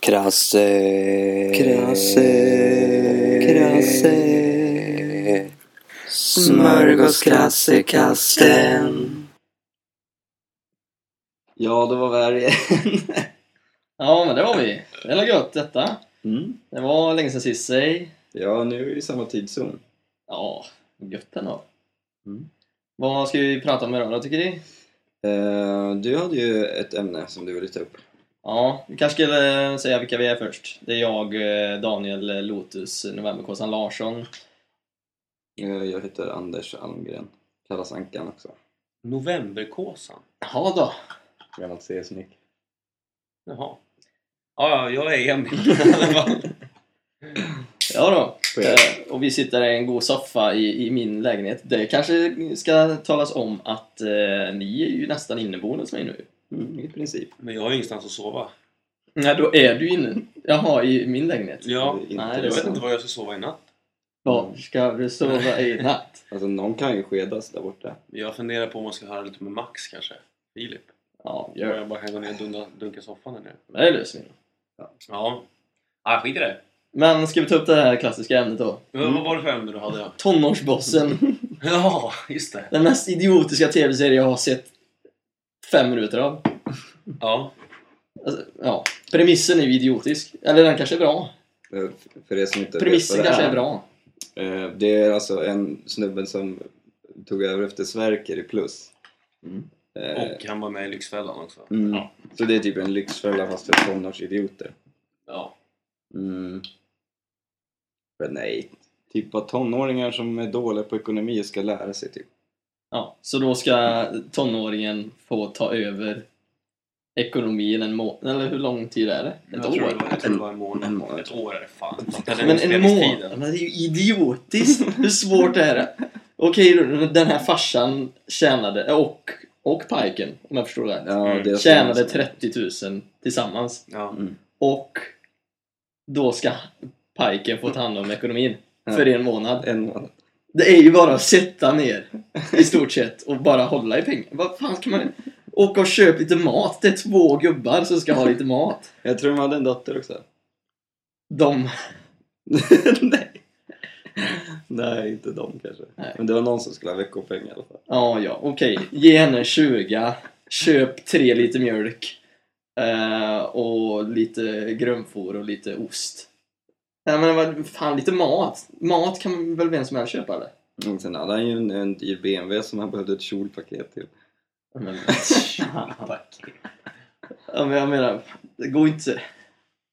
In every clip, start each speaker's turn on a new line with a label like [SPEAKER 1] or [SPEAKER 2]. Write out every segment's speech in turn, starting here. [SPEAKER 1] Krasse.
[SPEAKER 2] Krasse. Krasse. Smörgåskrassekasten. Ja, det var värre igen.
[SPEAKER 3] Ja, men det var vi. Det är gött detta.
[SPEAKER 2] Mm.
[SPEAKER 3] Det var länge sedan sist säg.
[SPEAKER 2] Ja, nu är vi i samma tidszon.
[SPEAKER 3] Ja, gött ändå.
[SPEAKER 2] Mm.
[SPEAKER 3] Vad ska vi prata om idag då, tycker ni?
[SPEAKER 2] Eh, du hade ju ett ämne som du ville ta upp.
[SPEAKER 3] Ja, vi kanske skulle eh, säga vilka vi är först. Det är jag, eh, Daniel Lotus, eh, Novemberkåsan Larsson.
[SPEAKER 2] Eh, jag heter Anders Almgren. Kallas Ankan också.
[SPEAKER 4] Novemberkåsan?
[SPEAKER 3] Jaha då.
[SPEAKER 2] Gammalt CS-nick.
[SPEAKER 4] Jaha. Ja, ja, jag är Emil. i alla fall.
[SPEAKER 3] Ja då.
[SPEAKER 2] På er.
[SPEAKER 3] Eh, och vi sitter i en god soffa i, i min lägenhet. Det kanske ska talas om att eh, ni är ju nästan inneboende hos mig nu.
[SPEAKER 2] Mm, I princip.
[SPEAKER 4] Men jag har ju ingenstans att sova.
[SPEAKER 3] Nej, då är du inne. Jaha, i min lägenhet.
[SPEAKER 4] Ja,
[SPEAKER 2] Det är
[SPEAKER 3] nej,
[SPEAKER 4] jag
[SPEAKER 3] det är
[SPEAKER 4] vet
[SPEAKER 2] intressant.
[SPEAKER 4] inte var jag ska sova i natt.
[SPEAKER 3] Var ska du sova i natt?
[SPEAKER 2] Alltså, någon kan ju skedas där borta.
[SPEAKER 4] Jag funderar på om man ska höra lite med Max kanske. Filip.
[SPEAKER 3] Ja, gör
[SPEAKER 4] Ja.
[SPEAKER 3] det.
[SPEAKER 4] Jag bara kan gå ner och dunda, dunka soffan där nere.
[SPEAKER 3] Det är lösningen.
[SPEAKER 4] Ja. Ah, skit i det.
[SPEAKER 3] Men ska vi ta upp det här klassiska ämnet då?
[SPEAKER 4] Men Vad var det för ämne du hade? Ja,
[SPEAKER 3] Tonårsbossen.
[SPEAKER 4] ja just det.
[SPEAKER 3] Den mest idiotiska tv-serie jag har sett fem minuter av.
[SPEAKER 4] Ja.
[SPEAKER 3] Alltså, ja. Premissen är ju idiotisk. Eller den kanske är bra.
[SPEAKER 2] Eh, f- För er som inte
[SPEAKER 3] Premissen
[SPEAKER 2] vet vad
[SPEAKER 3] kanske
[SPEAKER 2] det
[SPEAKER 3] är bra.
[SPEAKER 2] Eh, Det är alltså en snubben som tog över efter Sverker i Plus.
[SPEAKER 3] Mm.
[SPEAKER 2] Eh,
[SPEAKER 4] Och han var med i Lyxfällan också.
[SPEAKER 2] mm.
[SPEAKER 3] Ja.
[SPEAKER 2] Så det är typ en lyxfälla fast för tonårsidioter.
[SPEAKER 4] Ja.
[SPEAKER 2] Mm. Men nej, typ vad tonåringar som är dåliga på ekonomi ska lära sig typ.
[SPEAKER 3] Ja, så då ska tonåringen få ta över ekonomin en månad, eller hur lång tid är det? Ett
[SPEAKER 4] jag Tror det
[SPEAKER 3] år?
[SPEAKER 4] var, jag tror det var en månad.
[SPEAKER 2] En månad.
[SPEAKER 4] Ett år är det fan. Alltså,
[SPEAKER 3] Men en månad? Men det är ju idiotiskt! Hur svårt är det? Okej, då, den här farsan tjänade, eh, och, och pajken, om jag förstår rätt,
[SPEAKER 2] Ja,
[SPEAKER 4] Mm.
[SPEAKER 2] deras-
[SPEAKER 3] tjänade 30 000 tillsammans.
[SPEAKER 4] Ja.
[SPEAKER 3] Och då ska pajken få ta hand om ekonomin.
[SPEAKER 2] Ja.
[SPEAKER 3] För en månad.
[SPEAKER 2] En månad.
[SPEAKER 3] Det är ju bara att sätta ner i stort sett och bara hålla i pengar. Vad fan ska man... Åka och köpa lite mat. Det är två gubbar som ska ha lite mat.
[SPEAKER 2] Jag tror de hade en dotter också.
[SPEAKER 3] De...
[SPEAKER 2] nej. nej, inte de kanske.
[SPEAKER 3] Nej.
[SPEAKER 2] Men det var någon som skulle ha veckopeng i alla fall.
[SPEAKER 3] Ja, ja, okej. Ge henne en 20. Köp tre liter mjölk. Eh, och lite grönfor och lite ost. Nej men vad fan, lite mat. Mat kan väl vem som helst köpa eller?
[SPEAKER 2] Mm, Sen hade han ju en, en dyr BMW som han behövde ett kjolpaket till.
[SPEAKER 3] Men, ja, men jag menar, det går inte...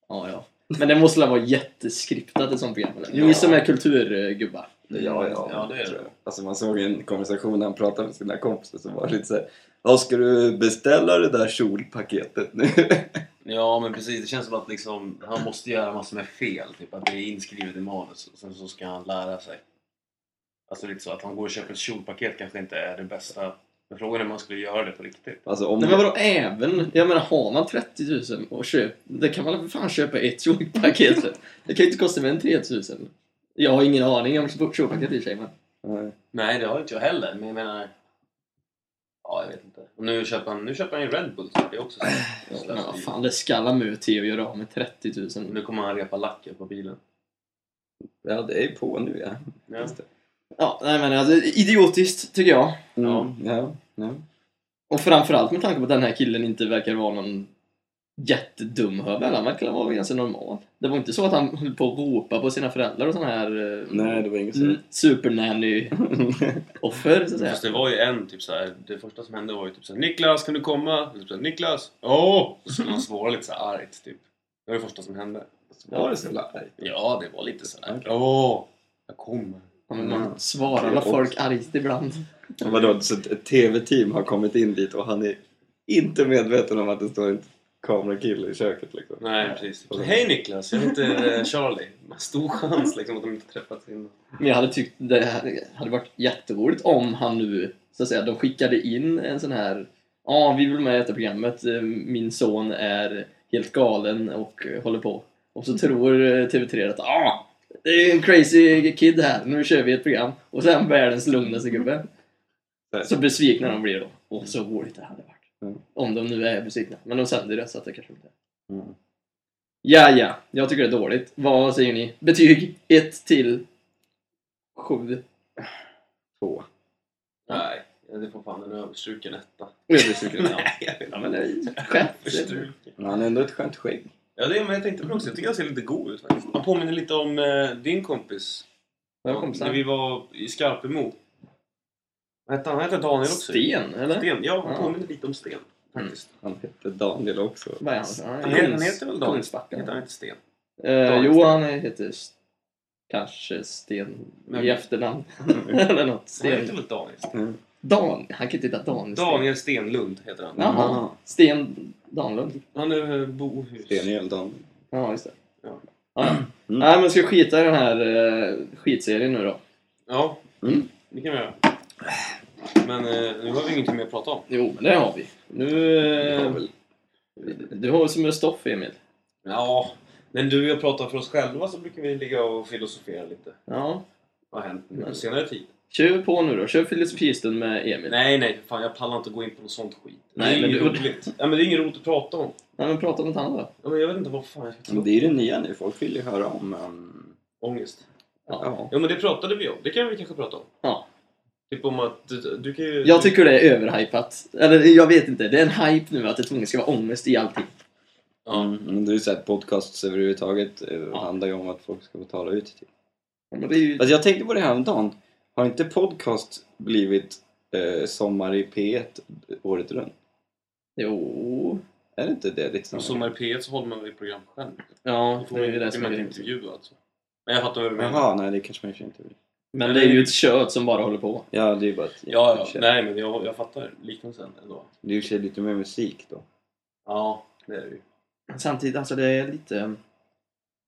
[SPEAKER 3] Ja, ja. Men det måste väl vara jätteskriptat ett sånt program? Eller? Jo,
[SPEAKER 4] Ja.
[SPEAKER 3] som är kulturgubbar.
[SPEAKER 2] Ja, ja,
[SPEAKER 4] Ja, det är
[SPEAKER 2] tror
[SPEAKER 4] det.
[SPEAKER 2] jag. Alltså man såg en konversation när han pratade med sina kompisar som var lite såhär Ja, ska du beställa det där kjolpaketet nu?
[SPEAKER 4] Ja, men precis. Det känns som att liksom, han måste göra massor med fel. Typ att det är inskrivet i manus och sen så ska han lära sig. Alltså lite så att han går och köper ett kjolpaket kanske inte är det bästa. Men frågan är om man skulle göra det på riktigt.
[SPEAKER 2] Alltså om...
[SPEAKER 3] Nej, men vadå även? Jag menar, har man 30 000 och köp... Det kan man väl för fan köpa ett tjockpaket för? Det kan ju inte kosta mer än 3 000. Jag har ingen aning om tjockpaket i och för sig, men...
[SPEAKER 2] Nej.
[SPEAKER 4] Nej, det har inte jag heller. Men jag menar... Ja, jag vet inte. Och nu köper han, nu köper han ju Red Bull. Så det är också så.
[SPEAKER 3] Men vad fan, det skallar Mö till att göra av med 30 000.
[SPEAKER 4] Nu kommer han repa lacken på bilen.
[SPEAKER 2] Ja, det är ju på nu ja.
[SPEAKER 4] Ja.
[SPEAKER 2] Just det.
[SPEAKER 3] Ja, nej men alltså, idiotiskt tycker jag.
[SPEAKER 2] Mm. Ja. ja.
[SPEAKER 3] Och framförallt med tanke på att den här killen inte verkar vara någon jättedum hövel. Han verkar vara ganska normal. Det var inte så att han höll på att ropa på sina föräldrar och sådana här eh,
[SPEAKER 2] Nej, det var inget
[SPEAKER 3] mm,
[SPEAKER 2] sånt.
[SPEAKER 3] supernanny-offer, så att säga.
[SPEAKER 4] Fast det var ju en typ så här. Det första som hände var ju typ så här, Niklas kan du komma? Och Typ så här, Niklas! Åh! Och så skulle han svara lite så här argt typ. Det var det första som hände.
[SPEAKER 2] Var det så larvigt?
[SPEAKER 4] Ja, det var lite sådär.
[SPEAKER 2] Okej.
[SPEAKER 4] Åh! Jag kommer.
[SPEAKER 3] Ja, men man svarar alla folk argt ibland.
[SPEAKER 2] Och Vadå, så ett ett TV-team har kommit in dit och han är inte medveten om att det står en kamerakille i köket liksom?
[SPEAKER 4] Nej, precis. Hej Niklas, jag heter eh, Charlie. Stor chans liksom att de inte träffats innan.
[SPEAKER 3] Men jag hade tyckt det här hade varit jätteroligt om han nu, så att säga, de skickade in en sån här Ja, vi vill med i detta programmet. Eh, Min son är helt galen och eh, håller på. Och
[SPEAKER 2] Mm.
[SPEAKER 3] så tror eh, TV3 att ja, ah, det är en crazy kid här. Nu kör vi ett program. Och så är han världens lugnaste gubbe. Så besvikna de blir då. Och så roligt det hade varit.
[SPEAKER 2] Mm.
[SPEAKER 3] Om de nu är besvikna. Men de sänder det så att det kanske inte är.
[SPEAKER 2] Mm.
[SPEAKER 3] Ja, ja. Jag tycker det är dåligt. Vad säger ni? Betyg 1 till 7.
[SPEAKER 2] Två.
[SPEAKER 4] Nej, det får fan en överstruken etta.
[SPEAKER 2] Överstruken.
[SPEAKER 3] Ja, men det är ju skämt.
[SPEAKER 2] Men han har ändå ett skönt skägg.
[SPEAKER 4] Ja, det är, men jag tänkte på det också. Jag tycker han ser lite god ut faktiskt. Han påminner lite om eh, din kompis.
[SPEAKER 3] Vad
[SPEAKER 4] När vi
[SPEAKER 3] kompisar?
[SPEAKER 4] var i Skarpemo. Vad hette han? Han hette Daniel också.
[SPEAKER 3] Sten, eller?
[SPEAKER 4] Sten. Ja, han
[SPEAKER 3] Ja.
[SPEAKER 4] påminner lite om Sten. Faktiskt.
[SPEAKER 2] Han hette Daniel också.
[SPEAKER 3] Vad är han? Han
[SPEAKER 4] Han,
[SPEAKER 3] är
[SPEAKER 4] heter, han
[SPEAKER 3] Kungs-
[SPEAKER 4] heter väl Daniel?
[SPEAKER 3] Kungsbacka.
[SPEAKER 4] Heter han inte Sten?
[SPEAKER 3] Eh,
[SPEAKER 4] Daniel
[SPEAKER 3] jo,
[SPEAKER 4] Sten.
[SPEAKER 3] han heter S- kanske Sten
[SPEAKER 4] Men- Mm.
[SPEAKER 3] i efternamn. Eller något.
[SPEAKER 4] Han heter
[SPEAKER 3] Sten.
[SPEAKER 4] väl Daniel? Sten?
[SPEAKER 3] Dan. Han kan inte heta Dan.
[SPEAKER 4] Daniel Stenlund heter han.
[SPEAKER 3] Ja. Jaha.
[SPEAKER 2] Jaha.
[SPEAKER 3] Sten Danlund.
[SPEAKER 4] Han är eh, bohus.
[SPEAKER 2] Daniel Daniel.
[SPEAKER 3] Ja, just det.
[SPEAKER 4] Ja. Mm.
[SPEAKER 3] Ja. Nej, men ska vi skita i den här eh, skitserien nu då?
[SPEAKER 4] Ja,
[SPEAKER 2] Mm.
[SPEAKER 4] det kan vi göra. Men eh, nu har vi ingenting mer att prata om.
[SPEAKER 3] Jo, men det har vi. Nu...
[SPEAKER 2] Det
[SPEAKER 3] eh,
[SPEAKER 2] var väl-
[SPEAKER 3] Du har väl som en stoff, Emil?
[SPEAKER 4] Ja, men du och jag pratar för oss själva så brukar vi ligga och filosofera lite.
[SPEAKER 3] Ja.
[SPEAKER 4] Vad har hänt nu
[SPEAKER 3] Mm.
[SPEAKER 4] på senare tid?
[SPEAKER 3] Kör på nu då. Kör filosofistund med Emil. Nej.
[SPEAKER 4] Nej, nej, för fan jag pallar inte gå in på något sånt skit.
[SPEAKER 3] Nej,
[SPEAKER 4] det är
[SPEAKER 3] men
[SPEAKER 4] inget
[SPEAKER 3] du-
[SPEAKER 4] roligt. Ja, men det är inget roligt att prata om.
[SPEAKER 3] men prata om något annat
[SPEAKER 4] Ja, men jag vet inte vad fan jag ska ta
[SPEAKER 2] Men
[SPEAKER 4] upp.
[SPEAKER 3] Mm.
[SPEAKER 2] det är ju det nya nu. Folk vill ju höra om... Um...
[SPEAKER 4] Ångest.
[SPEAKER 3] ja.
[SPEAKER 4] Ja, men det pratade vi om. Det kan vi kanske prata om.
[SPEAKER 3] Ja.
[SPEAKER 4] Typ om att du, du kan ju...
[SPEAKER 3] Jag tycker det är överhypat. Eller jag vet inte. Det är en hype nu att det tvunget ska vara ångest i allting.
[SPEAKER 4] Ja.
[SPEAKER 2] Mm, Men det är ju såhär podcasts överhuvudtaget ja. handlar ju om att folk ska betala ut till.
[SPEAKER 3] Ja, men det är ju...
[SPEAKER 2] Alltså jag tänkte på det här om dagen. Har inte podcast blivit eh, Sommar i P1 året runt?
[SPEAKER 3] Jo.
[SPEAKER 2] Är det inte det liksom?
[SPEAKER 4] Som Sommar i P1 så håller man väl program själv.
[SPEAKER 3] Ja,
[SPEAKER 4] Då får
[SPEAKER 3] det är ju det som är
[SPEAKER 4] man inte
[SPEAKER 3] grejen.
[SPEAKER 4] intervju alltså. Men jag fattar vad du menar.
[SPEAKER 2] Jaha, nej det kanske man kanske inte vill.
[SPEAKER 3] Men det är ju ett kött som bara håller på.
[SPEAKER 2] Ja, det är ju bara ett
[SPEAKER 4] Ja, ja. Nej, men jag, jag fattar liknelsen ändå.
[SPEAKER 2] Det är ju i och för sig lite mer musik då.
[SPEAKER 4] Ja, det är det ju.
[SPEAKER 3] Samtidigt, alltså det är lite...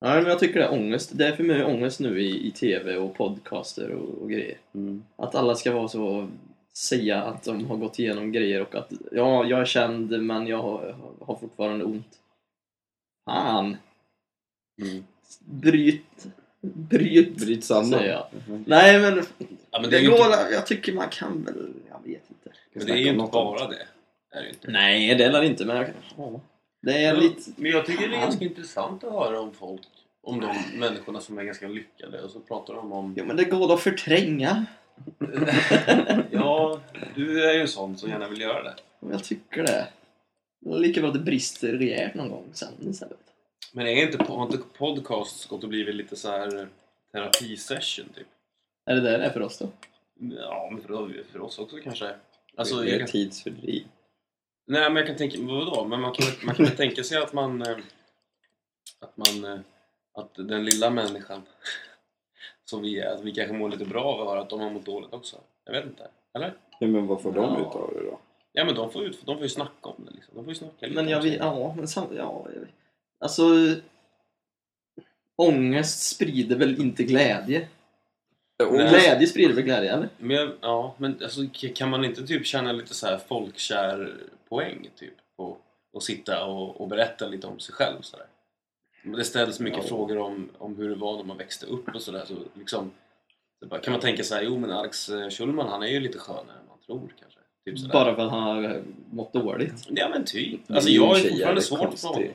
[SPEAKER 3] Ja, men jag tycker det är ångest. Det är för mig ångest nu i, i TV och podcaster och, och grejer.
[SPEAKER 2] Mm.
[SPEAKER 3] Att alla ska vara så... Säga att de har gått igenom grejer och att ja, jag är känd men jag har, har fortfarande ont. Fan!
[SPEAKER 2] Mm.
[SPEAKER 3] Bryt... Bryt,
[SPEAKER 2] Bryt samman.
[SPEAKER 3] säger jag.
[SPEAKER 2] Mhm.
[SPEAKER 3] Nej men,
[SPEAKER 4] Ja, men
[SPEAKER 3] det
[SPEAKER 4] det är ju
[SPEAKER 3] går,
[SPEAKER 4] inte,
[SPEAKER 3] jag tycker man kan väl... Jag vet inte.
[SPEAKER 4] men det är ju inte bara det. det, är det ju inte.
[SPEAKER 3] Nej, det är väl inte men jag kan... Ja. Det är lite...
[SPEAKER 4] Men jag tycker det är
[SPEAKER 3] Fan.
[SPEAKER 4] ganska intressant att höra om folk. Om de människorna som är ganska lyckade och så pratar de om...
[SPEAKER 3] Jo men det går att förtränga.
[SPEAKER 4] Ja, du är ju en sån som gärna vill göra det.
[SPEAKER 3] Och Jag tycker det. Det är lika bra att det brister rejält någon gång sen istället.
[SPEAKER 4] Men är inte, har inte podcasts gått och blivit lite så här eh, terapisession typ?
[SPEAKER 3] Är det det det är för oss då?
[SPEAKER 4] Ja, men för, för oss också kanske.
[SPEAKER 2] Alltså,
[SPEAKER 4] Alltså,
[SPEAKER 2] det är
[SPEAKER 4] jag kan,
[SPEAKER 2] tidsfördriv.
[SPEAKER 4] nej, men jag kan tänka... Vadå? Men man kan, man kan väl tänka sig att man... eh, Att man... eh, Att den lilla människan som vi är, att vi kanske mår lite bra av att höra att de har mått dåligt också. Jag vet inte. Eller?
[SPEAKER 2] Ja, men vad får de
[SPEAKER 4] Ja. Alltså,
[SPEAKER 2] utav det då?
[SPEAKER 4] Ja men de får, ut, de får ju snacka om det liksom. De får ju snacka lite
[SPEAKER 3] Men jag
[SPEAKER 4] om
[SPEAKER 3] vill,
[SPEAKER 4] sig.
[SPEAKER 3] ja, men sam, ja, jag vet. Alltså... Ångest sprider väl inte glädje?
[SPEAKER 4] Nej.
[SPEAKER 3] Glädje sprider väl glädje, eller?
[SPEAKER 4] Men jag, ja, men alltså, k- kan man inte typ känna lite så här folkkär poäng typ? Och, och sitta och, och berätta lite om sig själv sådär. Det ställs mycket
[SPEAKER 2] Ja.
[SPEAKER 4] frågor om, om hur det var när man växte upp och sådär. Så liksom, så bara, kan man tänka så här, jo men Alex eh, Schulman han är ju lite skönare än man tror kanske. Typ sådär.
[SPEAKER 3] Bara för att han har mått dåligt.
[SPEAKER 4] Ja men typ.
[SPEAKER 2] Det
[SPEAKER 4] Alltså
[SPEAKER 2] är ju i och
[SPEAKER 4] jag
[SPEAKER 2] för
[SPEAKER 4] är
[SPEAKER 2] sig
[SPEAKER 4] fortfarande
[SPEAKER 2] jävligt
[SPEAKER 4] svårt för honom.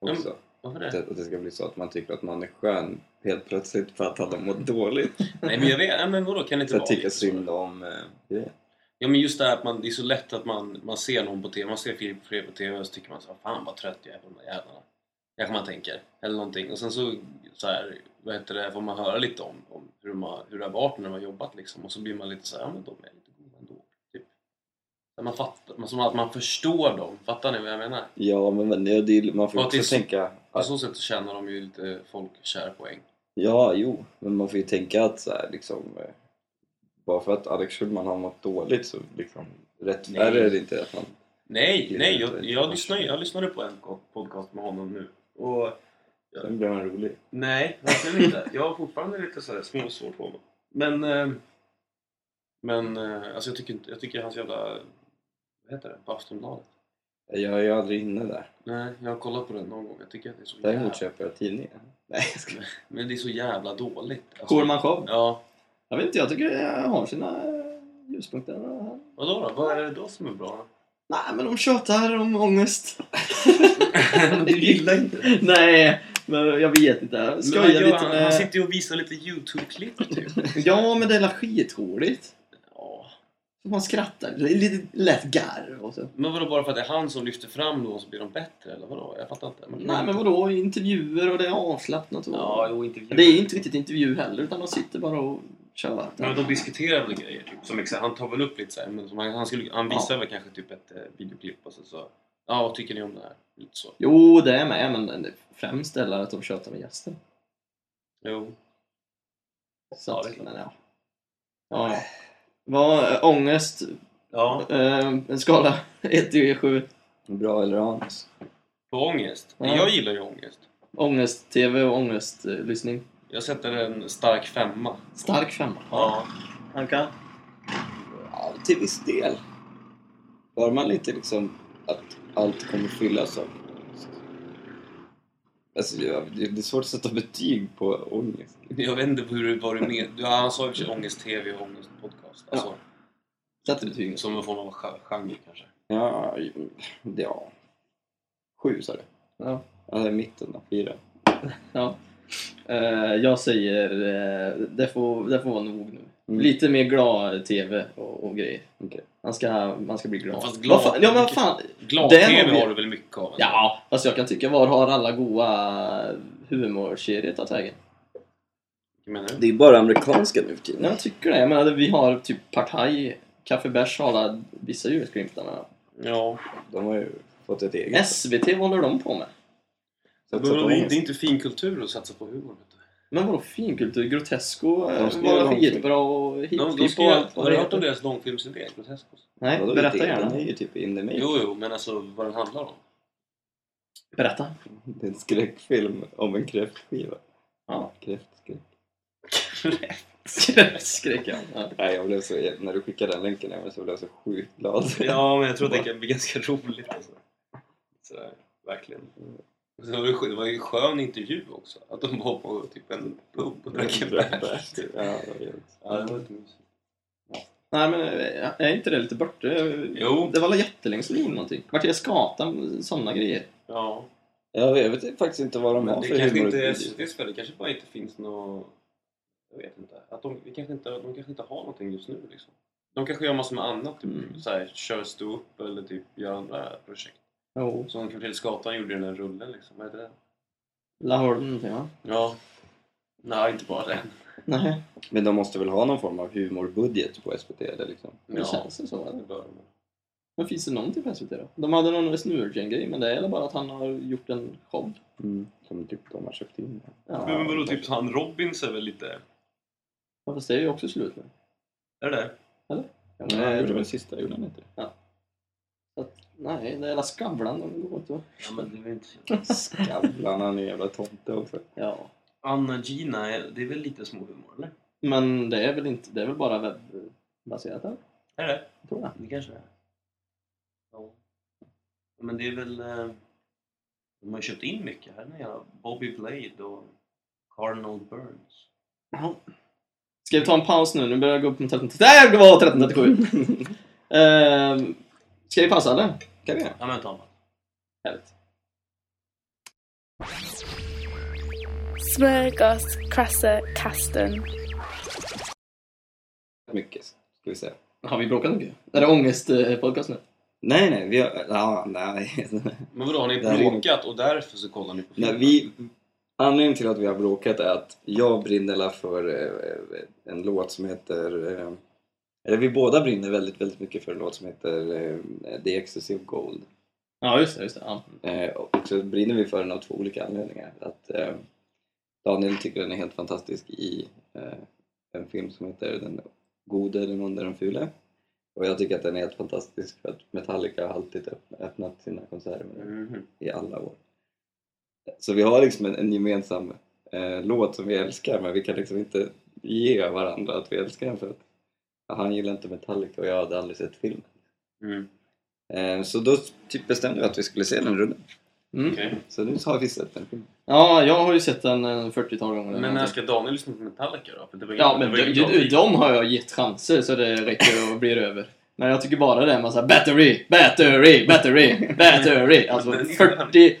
[SPEAKER 2] konstigt Också.
[SPEAKER 4] Varför
[SPEAKER 2] Att
[SPEAKER 4] det?
[SPEAKER 2] det- Att det ska bli så att man tycker att man är skön helt plötsligt för att han har mått dåligt.
[SPEAKER 4] Nej men jag vet, nej, men vadå kan det inte
[SPEAKER 2] Så att
[SPEAKER 4] vara
[SPEAKER 2] tycka
[SPEAKER 4] lite så?
[SPEAKER 2] synd om... eh, det.
[SPEAKER 4] Ja men just det här att man, det är så lätt att man, man ser någon på TV, man ser Filip och Fredrik på TV och så tycker man så här, fan vad trött jag är på de där jävlarna. Kanske man tänker, eller någonting. Och sen så, så här, vad heter det, får man höra lite om, om hur, de har, hur det har varit när de har jobbat liksom. Och så blir man lite så här, ja men de är lite goda ändå. Typ. Så Man fattar, man- som att man förstår dem, fattar ni vad jag menar?
[SPEAKER 2] Ja, men, men det, det, man får
[SPEAKER 4] Och att det
[SPEAKER 2] också
[SPEAKER 4] är så- alltså-
[SPEAKER 2] tänka...
[SPEAKER 4] På
[SPEAKER 2] Att,
[SPEAKER 4] så sätt så tjänar de ju lite folkkär poäng.
[SPEAKER 2] ja, jo. Men man får ju tänka att så här, liksom... eh, Bara för att Alex Schulman har mått dåligt så liksom... Rättfärdigar
[SPEAKER 4] Nej.
[SPEAKER 2] det inte att han...
[SPEAKER 4] Nej,
[SPEAKER 2] Det är
[SPEAKER 4] nej,
[SPEAKER 2] inte-
[SPEAKER 4] jag, jag, lyssnar, ju- jag lyssnade på en podcast med honom nu. Och
[SPEAKER 2] Sen blir han rolig.
[SPEAKER 4] Nej, verkligen inte. Jag har fortfarande lite sådär småsvårt på honom. Men... eh, Men eh, alltså jag tycker, inte- jag tycker hans jävla... Vad heter det? På Aftonbladet?
[SPEAKER 2] Jag är ju aldrig inne där.
[SPEAKER 4] Nej, jag har kollat på den någon gång. Jag tycker att det är så jävla...
[SPEAKER 2] Däremot köper jag tidningar. Nej, jag ska...
[SPEAKER 4] Men det är så jävla dåligt. Alltså,
[SPEAKER 3] Coolman show?
[SPEAKER 4] Ja.
[SPEAKER 3] Jag vet inte, jag tycker jag har sina ljuspunkter.
[SPEAKER 4] Vadå då? Vad är det då som är bra?
[SPEAKER 3] Nej, men de tjatar om ångest.
[SPEAKER 4] Du gillar inte det.
[SPEAKER 3] Nej, men jag vet inte.
[SPEAKER 4] Men vad
[SPEAKER 3] Skojar
[SPEAKER 4] gör
[SPEAKER 3] lite
[SPEAKER 4] han,
[SPEAKER 3] med...
[SPEAKER 4] han sitter ju och visar lite YouTube-klipp typ.
[SPEAKER 3] Ja, men det är la skithåligt.
[SPEAKER 4] Ja.
[SPEAKER 3] Man skrattar. Det är lite lätt garv och så.
[SPEAKER 4] Men vadå, bara för att det är han som lyfter fram någon så blir de bättre eller vadå? Jag fattar inte. Man kan-
[SPEAKER 3] Nej, men vadå? Intervjuer och det är avslappnat och...
[SPEAKER 4] Ja, jo, intervjuer.
[SPEAKER 3] det är inte riktigt intervju heller, utan de sitter bara och tjötar.
[SPEAKER 4] Nej, men de diskuterar väl grejer typ. Som exa- han tar väl upp lite så här, men som han, han, skulle, han visar väl kanske typ ett eh, videoklipp och så, så Ja, vad tycker ni om det här? Lite så.
[SPEAKER 3] Jo, det är med, men det är främst är det att de tjötar med gästen.
[SPEAKER 4] Jo.
[SPEAKER 3] Så
[SPEAKER 4] Ja,
[SPEAKER 3] att,
[SPEAKER 4] det är klart.
[SPEAKER 3] men, ja. Ja, ja. Vad, äh, ångest,
[SPEAKER 4] Ja.
[SPEAKER 3] äh, en skala 1 till 7.
[SPEAKER 2] Bra eller anus?
[SPEAKER 4] På ångest.
[SPEAKER 3] Ja.
[SPEAKER 4] Jag gillar ju ångest.
[SPEAKER 3] Ångest-tv och ångest-lyssning.
[SPEAKER 4] Jag sätter en stark femma.
[SPEAKER 3] Stark femma.
[SPEAKER 4] Ja.
[SPEAKER 3] Anka?
[SPEAKER 2] Ja, till viss del. Bara man lite liksom att allt kommer fyllas av ångest. Alltså, ja, det det är svårt att sätta betyg på ångest.
[SPEAKER 4] Jag vet inte hur du var med. Du, han sa i och för sig ångest-tv och ångest-podcast. Alltså,
[SPEAKER 3] Sätter betyg.
[SPEAKER 4] Som en form av gen- genre kanske.
[SPEAKER 2] Ja, ju- ja. Sju sa du?
[SPEAKER 3] Ja.
[SPEAKER 2] Ja, det är mitten då. Fyra.
[SPEAKER 3] Eh, jag säger, eh, det, får, det får vara nog nu.
[SPEAKER 2] Mm.
[SPEAKER 3] Lite mer glad-tv och, och grejer.
[SPEAKER 2] Okej.
[SPEAKER 3] Man, ska, man ska bli glad.
[SPEAKER 4] Fast glad-
[SPEAKER 3] Vad fan, ja, men vad fan. Det har
[SPEAKER 4] Glad-tv
[SPEAKER 3] vi-
[SPEAKER 4] har du väl mycket av?
[SPEAKER 3] Ja, fast jag kan tycka, var har alla goa humorserier tagit vägen?
[SPEAKER 4] Vad menar du?
[SPEAKER 2] Det är bara amerikanska nu för tiden.
[SPEAKER 3] Jag tycker det. Jag menar, vi har typ partaj, kaffe bärs har alla vissa julglimtar med.
[SPEAKER 4] Ja.
[SPEAKER 2] De har ju fått ett eget.
[SPEAKER 3] SVT, vad håller de på med?
[SPEAKER 2] Så
[SPEAKER 4] Men
[SPEAKER 2] att sätta
[SPEAKER 4] vadå, Det är
[SPEAKER 2] ångest.
[SPEAKER 4] det är inte fin kultur att satsa på humor. Vet du.
[SPEAKER 3] Men vadå finkultur? Grotesco eh,
[SPEAKER 2] De ska göra
[SPEAKER 3] var
[SPEAKER 2] långfilm.
[SPEAKER 3] skitbra och
[SPEAKER 4] De, de
[SPEAKER 3] hipp
[SPEAKER 4] ska,
[SPEAKER 3] och allt
[SPEAKER 4] ju-
[SPEAKER 3] vad
[SPEAKER 4] har du
[SPEAKER 3] det
[SPEAKER 4] hört om
[SPEAKER 3] heter.
[SPEAKER 4] deras långfilmsidé? Groteskos?
[SPEAKER 3] Nej,
[SPEAKER 2] Vadå,
[SPEAKER 3] berätta
[SPEAKER 2] det,
[SPEAKER 3] gärna.
[SPEAKER 2] Den är ju typ in the making.
[SPEAKER 4] Jo, jo, men alltså vad den handlar om.
[SPEAKER 3] Berätta.
[SPEAKER 2] Det är en skräckfilm om en kräftskiva.
[SPEAKER 3] Ja.
[SPEAKER 2] Kräftskräck.
[SPEAKER 3] Skrek jag. Ja.
[SPEAKER 2] Nej, jag blev så, när du skickade den länken jag blev så, blev jag så sjukt glad.
[SPEAKER 4] Ja, men jag tror att det kan bli ganska roligt. Alltså. Sådär, verkligen. Och så var det, skö- det var ju en skön intervju också. Att de var på typ en pub och drack en bärs. typ.
[SPEAKER 2] Ja, det var grymt.
[SPEAKER 4] Ja, det var lite mysigt.
[SPEAKER 3] Nej men eh, är inte det lite borta?
[SPEAKER 4] Jo.
[SPEAKER 3] Det var väl jättelänge sedan vi gjorde någonting. Vart är Skatan? Sådana grejer.
[SPEAKER 4] Ja,
[SPEAKER 2] Jag vet, jag vet faktiskt inte vad de har
[SPEAKER 4] men
[SPEAKER 2] för
[SPEAKER 4] det kanske
[SPEAKER 2] humor-
[SPEAKER 4] inte är SVT's fel. Det kanske bara inte finns något... Jag vet inte. Att de, vi kanske inte. De kanske inte har någonting just nu liksom. De kanske gör massor med annat. Typ,
[SPEAKER 3] Mm.
[SPEAKER 4] såhär, kör stå upp eller typ gör andra projekt.
[SPEAKER 3] Jo.
[SPEAKER 4] Som Flottilj Skatan gjorde i den där rullen liksom. Vad heter det?
[SPEAKER 3] Laholm någonting va?
[SPEAKER 4] Ja. Nej, inte bara det.
[SPEAKER 3] Nej,
[SPEAKER 2] Men de måste väl ha någon form av humorbudget på SVT eller liksom?
[SPEAKER 3] det känns ju så. eller?
[SPEAKER 4] det bör de.
[SPEAKER 3] Men finns det någonting på SVT då? De hade någon Snurgen-grej, men det är väl bara att han har gjort en show?
[SPEAKER 2] Som typ de har köpt in.
[SPEAKER 3] Ja,
[SPEAKER 2] Mm.
[SPEAKER 4] Men vadå, typ han Robbins är väl lite...
[SPEAKER 3] men fast det är ju också slut nu.
[SPEAKER 4] Är det det?
[SPEAKER 3] Ja, men-
[SPEAKER 2] Nej, jag gjorde väl sista, gjorde han inte det?
[SPEAKER 3] Nej, det är hela Skavlan de går åt.
[SPEAKER 4] Ja, men det är väl inte så.
[SPEAKER 2] Skavlan, han är en jävla tomte också.
[SPEAKER 3] Ja.
[SPEAKER 4] Anna Gina, är- det är väl lite småhumor, eller?
[SPEAKER 3] Men det är väl inte, det är väl bara webbaserat eller?
[SPEAKER 4] Är det
[SPEAKER 3] Tror jag.
[SPEAKER 4] det? kanske det är. Ja. Men det är väl... eh, De har ju köpt in mycket här nu. ja. Bobby Blade och Cardinal Burns.
[SPEAKER 3] Ja. Ska vi ta en paus nu? Nu börjar jag gå upp mot 13... Där var 1337! Ehm, ska vi pausa eller?
[SPEAKER 2] Kan vi göra?
[SPEAKER 4] Ja, men ta man.
[SPEAKER 3] Härligt.
[SPEAKER 1] Smörgåskrasse kasten.
[SPEAKER 2] Mycket, ska vi säga.
[SPEAKER 3] Har vi bråkat mycket? Är det ångestpodcast nu?
[SPEAKER 2] Nej, nej, vi har... Ja, nej.
[SPEAKER 4] Men vadå, har ni
[SPEAKER 2] Det här är-
[SPEAKER 4] bråkat och därför så kollar ni på
[SPEAKER 2] nej vi, anledningen till att vi har bråkat är att jag brinner la för eh, en låt som heter... eh, Eller vi båda brinner väldigt, väldigt mycket för en låt som heter eh, The Ecstasy of Gold.
[SPEAKER 3] Ja, just det. Just det. Ja.
[SPEAKER 2] Eh, och så brinner vi för den av två olika anledningar. Att eh, Daniel tycker den är helt fantastisk i eh, en film som heter Den gode eller någon där den fule. Och jag tycker att den är helt fantastisk för att Metallica har alltid öpp- öppnat sina konserter med den
[SPEAKER 4] Mhm.
[SPEAKER 2] i alla år. Så vi har liksom en, en gemensam eh, låt som vi älskar men vi kan liksom inte ge varandra att vi älskar den för att ja, han gillar inte Metallica och jag hade aldrig sett filmen.
[SPEAKER 4] Mm.
[SPEAKER 2] Eh, så då typ bestämde vi att vi skulle se den rullen.
[SPEAKER 3] Mm.
[SPEAKER 4] Okej.
[SPEAKER 2] Så nu har vi sett den filmen.
[SPEAKER 3] ja, jag har ju sett den en 40-tal gånger. eller
[SPEAKER 4] Men när
[SPEAKER 3] någonting.
[SPEAKER 4] ska Daniel lyssna på Metallica då? För det var
[SPEAKER 3] Ja,
[SPEAKER 4] ju-
[SPEAKER 3] men
[SPEAKER 4] det var ju
[SPEAKER 3] de,
[SPEAKER 4] bra-
[SPEAKER 3] de, de har jag gett chanser så det räcker och blir över. Men jag tycker bara det är en massa battery, battery, battery, battery. Alltså 40,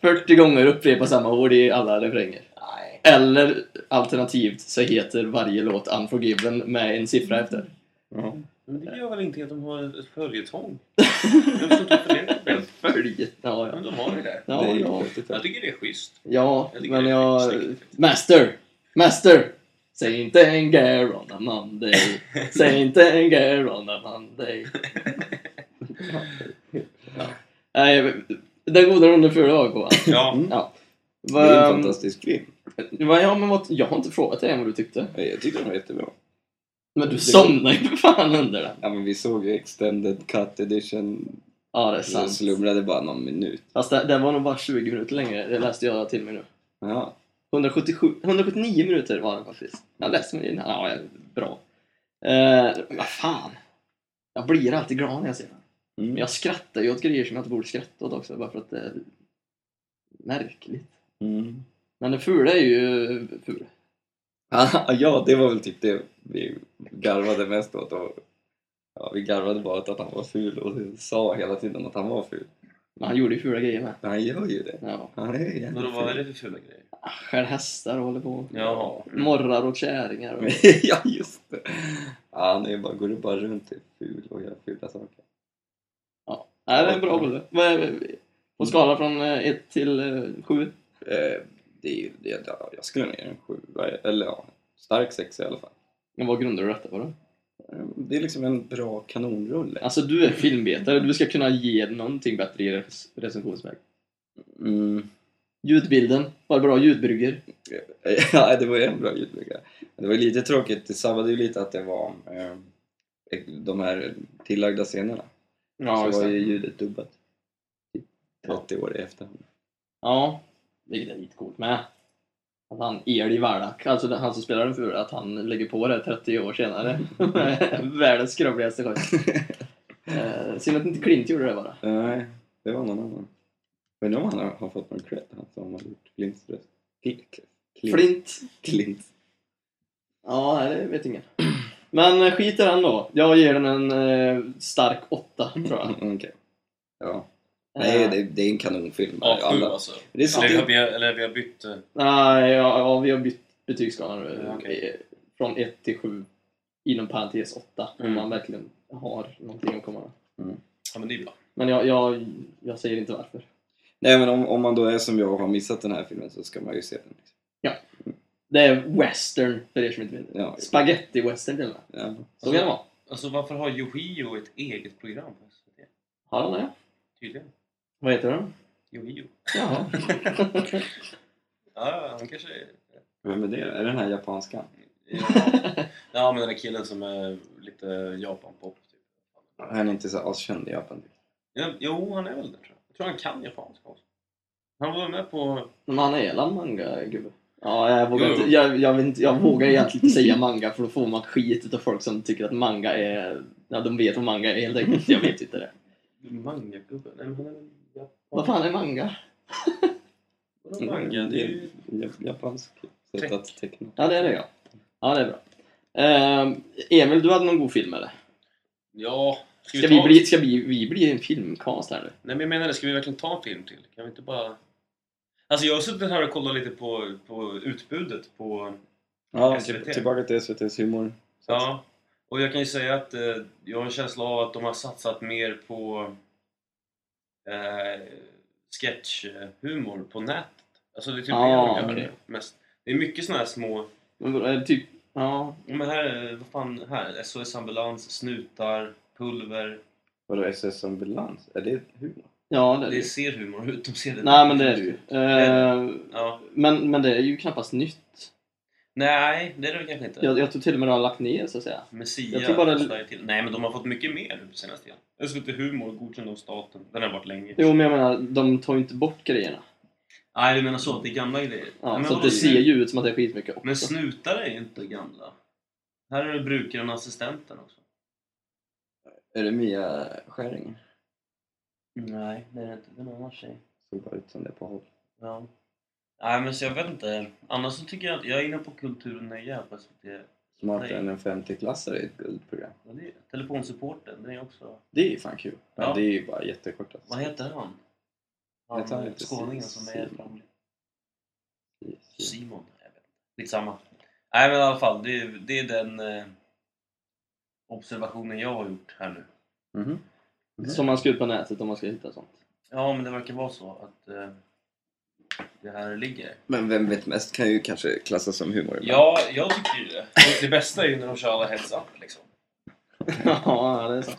[SPEAKER 3] 40 gånger upprepa samma ord i alla refränger.
[SPEAKER 4] Nej.
[SPEAKER 3] Eller alternativt så heter varje låt Unforgiven med en siffra efter.
[SPEAKER 4] Men det gör väl inte att de har ett följetong? Jag förstår inte varför det är ett problem.
[SPEAKER 3] Följ! Ja, ja.
[SPEAKER 4] Men de har ju det.
[SPEAKER 2] det
[SPEAKER 3] Ja,
[SPEAKER 2] är ju
[SPEAKER 3] ja.
[SPEAKER 2] konstigt.
[SPEAKER 4] Jag tycker det är schysst.
[SPEAKER 3] ja
[SPEAKER 4] Jag tycker
[SPEAKER 3] men
[SPEAKER 4] det är
[SPEAKER 3] jag...
[SPEAKER 4] snyggt.
[SPEAKER 3] Master! Master! Säg inte en girl on a Monday. Säg inte en girl on a Monday. Ja. Nej, Den goda runden för idag, K.
[SPEAKER 4] Ja.
[SPEAKER 2] Mm. Det
[SPEAKER 3] Vad-
[SPEAKER 2] är en fantastisk film.
[SPEAKER 3] vad- ja, men vad- Jag har inte frågat dig än vad du tyckte.
[SPEAKER 2] Nej, Jag tyckte den var jättebra.
[SPEAKER 3] Men du somnade ju för fan under den.
[SPEAKER 2] Ja, men vi såg ju Extended Cut Edition.
[SPEAKER 3] Ja, det är
[SPEAKER 2] Så jag
[SPEAKER 3] sant.
[SPEAKER 2] slumrade bara någon minut.
[SPEAKER 3] Fast det, det var nog bara 20 minuter längre. Det läste jag till mig nu.
[SPEAKER 2] Ja.
[SPEAKER 3] 177, 179 minuter var det faktiskt. Jag läste mig innan. Ja, ja, bra. Eh, vad fan. Jag blir alltid glad när jag ser den. Men
[SPEAKER 2] Mm.
[SPEAKER 3] jag skrattar ju åt grejer som jag inte borde skratta åt också, bara för att det är märkligt.
[SPEAKER 2] Mm.
[SPEAKER 3] Men den fula är ju ful.
[SPEAKER 2] Ah, ja, det var väl typ det vi garvade mest åt. Och, ja, vi garvade bara åt att han var ful och sa hela tiden att han var ful.
[SPEAKER 3] Men han gjorde ju fula grejer med.
[SPEAKER 2] Men han gör ju det.
[SPEAKER 3] Ja.
[SPEAKER 2] Han är ju jävligt
[SPEAKER 4] Men då, vad är
[SPEAKER 2] ful.
[SPEAKER 4] det för fula grejer?
[SPEAKER 3] Skär hästar och håller på.
[SPEAKER 4] Ja.
[SPEAKER 3] Morrar och käringar. Och...
[SPEAKER 2] ja, just det. Ja, han är bara, går ju bara runt och är ful och gör fula saker.
[SPEAKER 3] Nej, det är en bra bulle. Vad är- På skala från 1 till 7?
[SPEAKER 2] Eh, det är ju, det, ja, jag skulle nog ge den en sjua, eller ja, stark sexa i alla fall.
[SPEAKER 3] Vad grundar du detta på då?
[SPEAKER 2] Eh, Det är liksom en bra kanonrulle.
[SPEAKER 3] Alltså du är filmvetare, du ska kunna ge någonting bättre i rec- recensionsväg.
[SPEAKER 2] Mm.
[SPEAKER 3] Ljudbilden, var bra ljudbrygger.
[SPEAKER 2] Ja, det var ju en bra ljudbrygga. Men Det var ju lite tråkigt, det sabbade ju lite att det var eh, de här tillagda scenerna. så var ju ljudet dubbat. Typ 30 år i efterhand.
[SPEAKER 3] Ja, vilket är lite coolt med. Att han, Eli Vardak, alltså den- han som spelar den fula, att han lägger på det 30 år senare. Världens skrovligaste skämt. Eh, synd att inte Clint gjorde det bara.
[SPEAKER 2] Nej, det var någon annan. Men om han har, har fått någon cred, han som har gjort Flints röst. Klint.
[SPEAKER 3] Flint.
[SPEAKER 2] Klint.
[SPEAKER 3] Ja, nej, det vet ingen. Men eh, skit i den då. Jag ger den en eh, stark åtta, tror jag.
[SPEAKER 2] Mm, Okej. Ja. Nej,
[SPEAKER 3] Eh,
[SPEAKER 2] det, det är en kanonfilm.
[SPEAKER 4] Ja, sju
[SPEAKER 2] Alla,
[SPEAKER 4] alltså.
[SPEAKER 2] det är så
[SPEAKER 4] Eller vi har-
[SPEAKER 2] det,
[SPEAKER 4] vi har- eller vi har bytt... eh,
[SPEAKER 3] Nej, ja, ja, vi har bytt betygsskala nu.
[SPEAKER 4] Ja, okej.
[SPEAKER 3] Eh, Från 1 till 7, inom parentes 8, om
[SPEAKER 4] Mm.
[SPEAKER 3] man verkligen har någonting att komma med.
[SPEAKER 4] Ja, men det är bra.
[SPEAKER 3] Men jag, jag, jag säger inte varför.
[SPEAKER 2] nej, men om, om man då är som jag och har missat den här filmen så ska man ju se den. Liksom.
[SPEAKER 3] Det är western, för er som inte vet.
[SPEAKER 2] Ja.
[SPEAKER 3] Spaghetti-western till och med.
[SPEAKER 2] Ja.
[SPEAKER 3] Så kan det vara.
[SPEAKER 4] Alltså varför har Yohio ett eget program på SVT?
[SPEAKER 3] Har de det?
[SPEAKER 4] Tydligen.
[SPEAKER 3] Vad heter den?
[SPEAKER 4] Yohio.
[SPEAKER 3] Jaha.
[SPEAKER 4] Ja, han kanske är...
[SPEAKER 2] Vem är det? Är det den här japanskan?
[SPEAKER 4] Ja. ja, men den där killen som är lite Japan-pop. Typ.
[SPEAKER 2] Han är inte så askänd i Japan. typ.
[SPEAKER 4] Ja, jo, han är väl det tror jag. Jag tror han kan japanska också. Han var med på...
[SPEAKER 3] Men han är en manga-gubbe. Ja, jag vågar,
[SPEAKER 4] Jo,
[SPEAKER 3] inte,
[SPEAKER 4] jo.
[SPEAKER 3] jag, jag, vet inte, jag vågar egentligen inte säga manga för då får man skit utav folk som tycker att manga är... Ja, de vet vad manga är helt enkelt. Jag vet inte det.
[SPEAKER 4] Mangagubben? Nej, men han är väl japan?
[SPEAKER 3] Vad fan är manga?
[SPEAKER 4] Vadå Manga? Det är ju...
[SPEAKER 2] Jap- Japansk sätt att teckna.
[SPEAKER 3] Ja, det är det ja. Ja, det är bra. Ehm, Emil, du hade någon god film eller?
[SPEAKER 4] Ja. Ska vi,
[SPEAKER 3] Ska vi
[SPEAKER 4] ta...
[SPEAKER 3] bli, ska vi, vi bli en filmcast här nu?
[SPEAKER 4] Nej, men jag menar det. Ska vi verkligen ta en film till? Kan vi inte bara... Alltså jag har suttit här och kollat lite på, på utbudet på...
[SPEAKER 2] Ja,
[SPEAKER 4] SVT.
[SPEAKER 2] till- tillbaka till SVT's humor.
[SPEAKER 4] Ja. Och jag kan ju säga att eh, jag har en känsla av att de har satsat mer på eh, sketchhumor på nätet. Alltså det är typ
[SPEAKER 3] Ah,
[SPEAKER 4] det de gör
[SPEAKER 3] okej.
[SPEAKER 4] mest. Det är mycket såna här små...
[SPEAKER 3] Men vadå, är det Typ, ja.
[SPEAKER 4] Ja, Men här, eh, vad fan här? SOS Ambulans, Snutar, Pulver.
[SPEAKER 2] Vadå SS Ambulans? Är det humor?
[SPEAKER 3] Ja, det är det.
[SPEAKER 4] Det ser humor ut, de ser det.
[SPEAKER 3] Nej, men det är det ju. Ehm,
[SPEAKER 4] Ja.
[SPEAKER 3] Men, men det är ju knappast nytt.
[SPEAKER 4] Nej, det är det väl kanske inte.
[SPEAKER 3] Jag, jag tror till och med det har lagt ner så att säga.
[SPEAKER 4] Messia
[SPEAKER 3] jag tror bara-
[SPEAKER 4] kostar ju till. Nej, men de har fått mycket mer nu på senaste tiden. SVT Humor, godkänd av staten. Den har varit länge.
[SPEAKER 3] Jo, men jag menar, de tar ju inte bort grejerna.
[SPEAKER 4] Nej, du menar så. att Det är gamla grejer.
[SPEAKER 3] Ja,
[SPEAKER 4] Nej, men
[SPEAKER 3] så att
[SPEAKER 4] vadå,
[SPEAKER 3] det ser ju ut som att det är skitmycket också.
[SPEAKER 4] Men snutar är ju inte gamla. Här är det brukaren och assistenten också.
[SPEAKER 2] Är det Mia Skäring?
[SPEAKER 4] Nej, det är det inte. Det är någon annan tjej.
[SPEAKER 2] Såg bara ut som det på håll.
[SPEAKER 4] Ja. Nej, men så jag vet inte. Annars så tycker jag att jag är inne på kulturen är jävla SVT
[SPEAKER 2] De har haft
[SPEAKER 4] Nej.
[SPEAKER 2] en en femteklassare i ett guldprogram.
[SPEAKER 4] Ja, det är, telefonsupporten, den är också...
[SPEAKER 2] Det är ju fan kul. Men
[SPEAKER 4] Ja.
[SPEAKER 2] det är ju bara jättekort alltså.
[SPEAKER 4] Vad heter han?
[SPEAKER 2] Jag tar
[SPEAKER 4] Han
[SPEAKER 2] inte
[SPEAKER 4] skåningen
[SPEAKER 2] Si-
[SPEAKER 4] som är
[SPEAKER 2] Simon.
[SPEAKER 4] från...
[SPEAKER 2] Precis.
[SPEAKER 4] Simon? Jag vet inte. Skitsamma. Nej men i alla fall, det är, det är den eh, observationen jag har gjort här nu.
[SPEAKER 2] Mhm.
[SPEAKER 3] Som man ska ut på nätet om man ska hitta sånt.
[SPEAKER 4] Ja men det verkar vara så att eh, det här ligger.
[SPEAKER 2] Men vem vet mest kan ju kanske klassas som humor ibland.
[SPEAKER 4] Ja, jag tycker ju det. Och det bästa är ju när de kör alla heads up liksom.
[SPEAKER 3] ja, det är sant.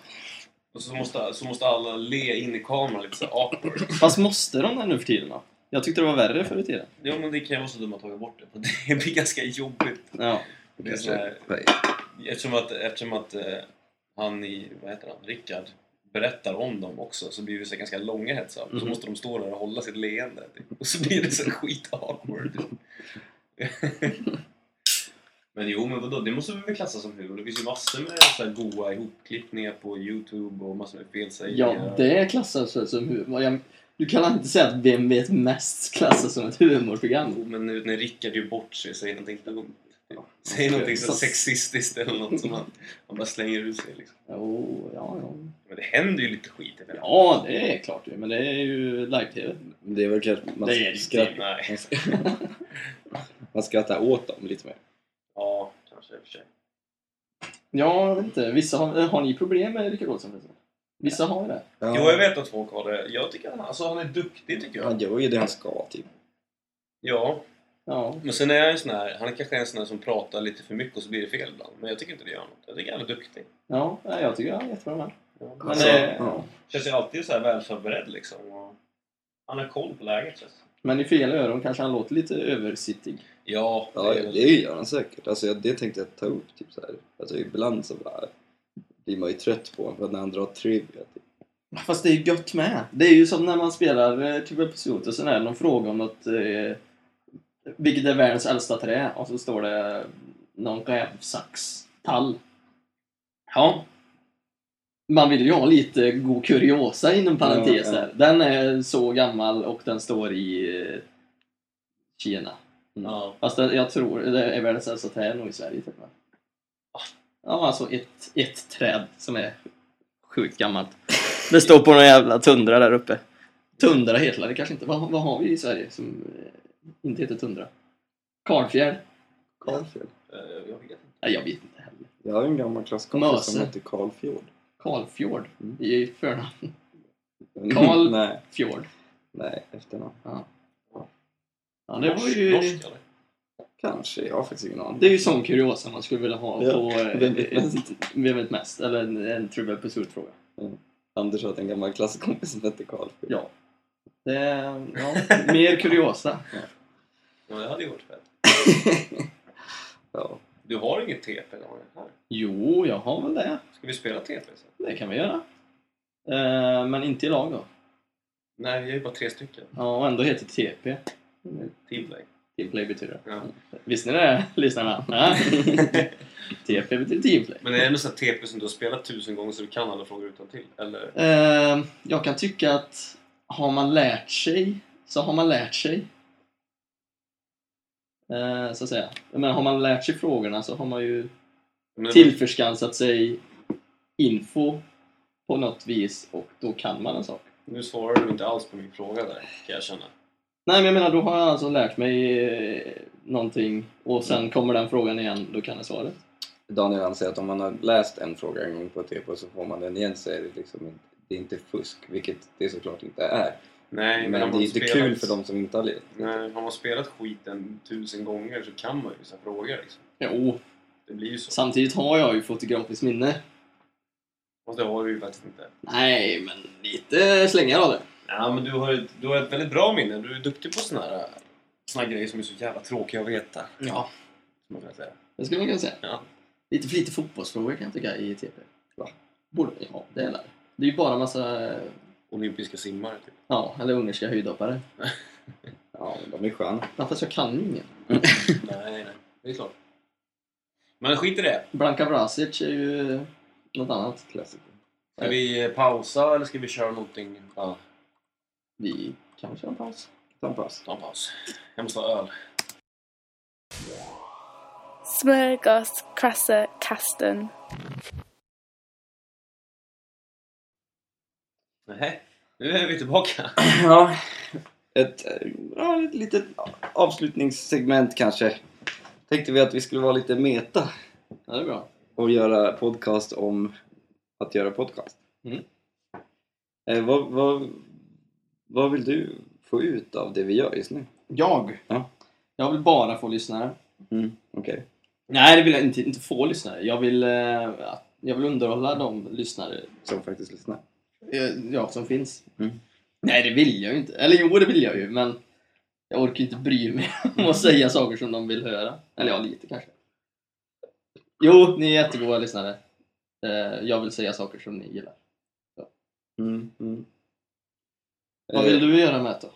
[SPEAKER 4] Och så måste, så måste alla le in i kameran lite så här awkward.
[SPEAKER 3] Fast måste de det nu för tiden då? Jag tyckte det var värre förr i tiden.
[SPEAKER 4] Jo men det kan ju vara så att de har tagit bort det. för Det blir ganska jobbigt.
[SPEAKER 3] Ja.
[SPEAKER 4] Det är så här,
[SPEAKER 2] Nej.
[SPEAKER 4] eftersom att, eftersom att eh, han i, vad heter han, Rickard berättar om dem också så blir det så här ganska långa heads up. Så
[SPEAKER 3] Mhm.
[SPEAKER 4] måste de stå där och hålla sitt leende. Typ. Och så blir det så här skit awkward. typ. men jo men vadå, det måste vi väl klassa som humor. Det finns ju massor med så här goa ihopklippningar på youtube och massor med felsägningar.
[SPEAKER 3] ja, det klassas väl som humor. Jag, du kan inte säga att Vem vet mest klassas som ett humorprogram?
[SPEAKER 4] Jo, men nu när Rickard gör bort sig, säger någonting dumt. Säger någonting så
[SPEAKER 3] Så-
[SPEAKER 4] sexistiskt eller något som han, han bara slänger ut sig liksom.
[SPEAKER 3] Jo, ja, ja.
[SPEAKER 4] Men det händer ju lite skit i det.
[SPEAKER 3] Ja, det är klart ju. Men det är ju live-tv.
[SPEAKER 2] Det är väl kanske... Man,
[SPEAKER 3] Det är det
[SPEAKER 2] skrattar,
[SPEAKER 4] Nej.
[SPEAKER 2] man, skrattar, man skrattar åt dem lite mer.
[SPEAKER 4] Ja, kanske i och för sig.
[SPEAKER 3] Ja, jag vet inte. Vissa har, har ni problem med Rickard Olsson förresten? Vissa har ju det.
[SPEAKER 2] Ja.
[SPEAKER 4] Jo, jag vet att folk har det. Jag tycker att han, alltså, han är duktig, tycker jag.
[SPEAKER 2] Han gör ju det han ska typ.
[SPEAKER 4] Ja,
[SPEAKER 3] Ja.
[SPEAKER 4] men sen är han ju sån här, han är kanske en sån här som pratar lite för mycket och så blir det fel ibland. Men jag tycker inte det gör något. Jag tycker han är duktig.
[SPEAKER 3] Ja, nej, jag tycker han är jättebra med.
[SPEAKER 4] Han
[SPEAKER 3] Men,
[SPEAKER 2] Alltså,
[SPEAKER 3] det-
[SPEAKER 2] ja.
[SPEAKER 4] känns ju alltid så här välförberedd liksom. Och han har koll på läget, känns det.
[SPEAKER 3] men i fel öron kanske han låter lite översittig.
[SPEAKER 4] Ja,
[SPEAKER 2] Ja,
[SPEAKER 4] är väl-
[SPEAKER 2] det gör han säkert. Alltså, jag- det tänkte jag ta upp. Typ, så här. Alltså, ibland så bara blir man ju trött på honom för att när han drar trivia. Typ.
[SPEAKER 3] Fast det är ju gött med. Det är ju som när man spelar eh, typ episod och sån här, någon fråga om något... Eh, vilket är världens äldsta trä? Och så står det eh, någon rävsax tall. Ja. Man vill ju ha lite god kuriosa inom parentes
[SPEAKER 2] Ja, ja.
[SPEAKER 3] där. Den är så gammal och den står i eh, Kina.
[SPEAKER 4] Ja.
[SPEAKER 3] Fast det, jag tror det är världens äldsta träd nog i Sverige typ. va? Ja, alltså ett, ett träd som är sjukt gammalt. Det står på någon jävla tundra där uppe. Tundra heter det kanske inte. Vad, vad har vi i Sverige som eh, inte heter tundra? Karlfjärd?
[SPEAKER 2] Karlfjord.
[SPEAKER 4] Eh, Jag vet inte.
[SPEAKER 3] Nej, jag vet inte heller.
[SPEAKER 2] Jag har ju en gammal klasskompis som
[SPEAKER 3] Möse.
[SPEAKER 2] heter Karlfjord.
[SPEAKER 3] Karlfjord?
[SPEAKER 2] Mm.
[SPEAKER 3] Det är ju förnamn. Karl-
[SPEAKER 2] Karl... nej,
[SPEAKER 3] Fjord.
[SPEAKER 2] nej, efternamn.
[SPEAKER 3] Ja, det var
[SPEAKER 4] Norsk-
[SPEAKER 3] ju...
[SPEAKER 4] Norsk, eller?
[SPEAKER 2] Kanske. Jag har faktiskt ingen aning.
[SPEAKER 3] Det är ju sån kuriosa man skulle vilja ha
[SPEAKER 2] Ja,
[SPEAKER 3] på eh,
[SPEAKER 2] vem vet mest?
[SPEAKER 3] Vem vet mest? Eller en, en Trivial Pursuit-fråga.
[SPEAKER 2] Anders hade en gammal klasskompis som hette Karlfjord.
[SPEAKER 3] Ja. Det, ja. Mer kuriosa.
[SPEAKER 4] Ja, det hade ju varit fett.
[SPEAKER 2] Ja.
[SPEAKER 4] Du har inget TP eller vad det här?
[SPEAKER 3] Jo, jag har väl det.
[SPEAKER 4] Ska vi spela TP sen?
[SPEAKER 3] Det kan vi göra. Eh, men inte i lag då.
[SPEAKER 4] Nej, vi är ju bara tre stycken.
[SPEAKER 3] Ja, och ändå heter TP.
[SPEAKER 4] Teamplay.
[SPEAKER 3] Teamplay betyder det.
[SPEAKER 4] Ja.
[SPEAKER 3] Visste ni det, lyssnarna? Ja. TP betyder teamplay.
[SPEAKER 4] Men är det ändå så här TP som du har spelat tusen gånger så du kan alla frågor utan till? Eller?
[SPEAKER 3] Eh, jag kan tycka att har man lärt sig, så har man lärt sig. Eh, så att säga. Men har man lärt sig frågorna så har man ju
[SPEAKER 4] Men,
[SPEAKER 3] tillförskansat sig info på något vis och då kan man en sak.
[SPEAKER 4] Nu svarar du inte alls på min fråga där, kan jag känna.
[SPEAKER 3] Nej, men jag menar, då har jag alltså lärt mig eh, någonting och sen kommer den frågan igen, då kan jag svaret.
[SPEAKER 2] Daniel anser att om man har läst en fråga en gång på TP så får man den igen så är det liksom inte, det är inte fusk, vilket det såklart inte är.
[SPEAKER 4] Nej,
[SPEAKER 2] Men,
[SPEAKER 4] har
[SPEAKER 2] det
[SPEAKER 4] man
[SPEAKER 2] är inte
[SPEAKER 4] spelat-
[SPEAKER 2] kul för de som inte har läst.
[SPEAKER 4] Nej, har man spelat skiten tusen gånger så kan man ju vissa frågor liksom.
[SPEAKER 3] Jo,
[SPEAKER 4] Det blir ju så.
[SPEAKER 3] oh, samtidigt har jag ju fotografiskt minne.
[SPEAKER 4] Och det har du ju faktiskt inte.
[SPEAKER 3] Nej, men lite slängar av det.
[SPEAKER 4] Ja, men du har, ett, du har ett väldigt bra minne. Du är duktig på såna här, såna här grejer som är så jävla tråkiga att veta.
[SPEAKER 3] Ja,
[SPEAKER 4] som Man kan säga.
[SPEAKER 3] det skulle man kunna säga.
[SPEAKER 4] Ja.
[SPEAKER 3] Lite för lite fotbollsfrågor kan jag tycka i TP.
[SPEAKER 2] Va?
[SPEAKER 3] Borde, ja, det är det. Det är ju bara massa, eh,
[SPEAKER 4] Olympiska simmare, typ.
[SPEAKER 3] ja, eller ungerska höjdhoppare.
[SPEAKER 2] Ja, men de är sköna.
[SPEAKER 3] Ja, fast jag kan ju ingen.
[SPEAKER 4] nej, nej. Det är klart. Men skit i det.
[SPEAKER 3] Blanka Brasic är ju något annat.
[SPEAKER 2] Klassiker.
[SPEAKER 4] Ska vi pausa eller ska vi köra någonting? Ja,
[SPEAKER 3] Vi kan köra en paus.
[SPEAKER 2] Ta en paus.
[SPEAKER 4] ta en paus. Jag måste ha öl.
[SPEAKER 1] Smörgås, krasse, kasten.
[SPEAKER 4] Nej, nu är vi tillbaka.
[SPEAKER 2] Ja, ett, eh, ja, ett litet avslutningssegment kanske. Tänkte vi att vi skulle vara lite meta
[SPEAKER 3] Ja, det är bra.
[SPEAKER 2] och göra podcast om att göra podcast.
[SPEAKER 3] Mm.
[SPEAKER 2] Eh, vad, vad, vad vill du få ut av det vi gör just nu?
[SPEAKER 3] Jag?
[SPEAKER 2] Ja.
[SPEAKER 3] Jag vill bara få lyssnare.
[SPEAKER 2] Okej.
[SPEAKER 3] Nej, det vill jag inte. Inte få lyssnare. Jag vill, eh, att- jag vill underhålla de lyssnare
[SPEAKER 2] Som faktiskt lyssnar.
[SPEAKER 3] eh, ja, som finns.
[SPEAKER 2] Mm.
[SPEAKER 3] Nej, det vill jag ju inte. Eller jo, det vill jag ju, men jag orkar ju inte bry mig om att säga saker som de vill höra. Eller ja, lite kanske. Jo, ni är jättegoda lyssnare. Eh, Jag vill säga saker som ni gillar.
[SPEAKER 2] Mm. Mm.
[SPEAKER 3] Vad vill
[SPEAKER 2] eh,
[SPEAKER 3] du göra med det då?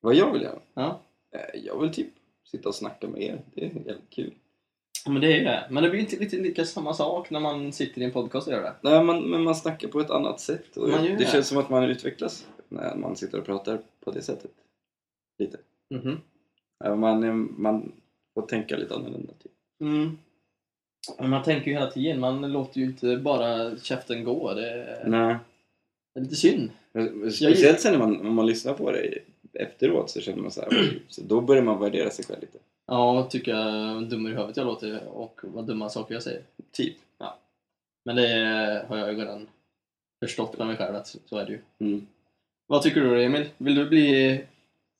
[SPEAKER 2] vad jag vill göra?
[SPEAKER 3] Ja.
[SPEAKER 2] Eh, jag vill typ sitta och snacka med er. Det är jävligt kul.
[SPEAKER 3] Ja, Men det är ju det. Men det blir inte riktigt lika samma sak när man sitter i en podcast och gör det.
[SPEAKER 2] Nej, man, men man snackar på ett annat sätt. Och
[SPEAKER 3] Man gör
[SPEAKER 2] det
[SPEAKER 3] det.
[SPEAKER 2] känns som att man utvecklas när man sitter och pratar på det sättet. Lite.
[SPEAKER 3] Mhm.
[SPEAKER 2] Ja, Man, eh, man får tänka lite annorlunda. Typ.
[SPEAKER 3] Mm. Men man tänker ju hela tiden, man låter ju inte bara käften gå. Det är,
[SPEAKER 2] Nej.
[SPEAKER 3] det är lite synd.
[SPEAKER 2] Men Speciellt sen när man, när man lyssnar på det efteråt så känner man så här, så då börjar man värdera sig själv lite.
[SPEAKER 3] Ja, tycker jag hur dum i huvudet jag låter och vad dumma saker jag säger.
[SPEAKER 2] Typ.
[SPEAKER 3] Men det har jag ju redan förstått med mig själv att så är det ju.
[SPEAKER 2] Mm.
[SPEAKER 3] Vad tycker du då Emil? Vill du bli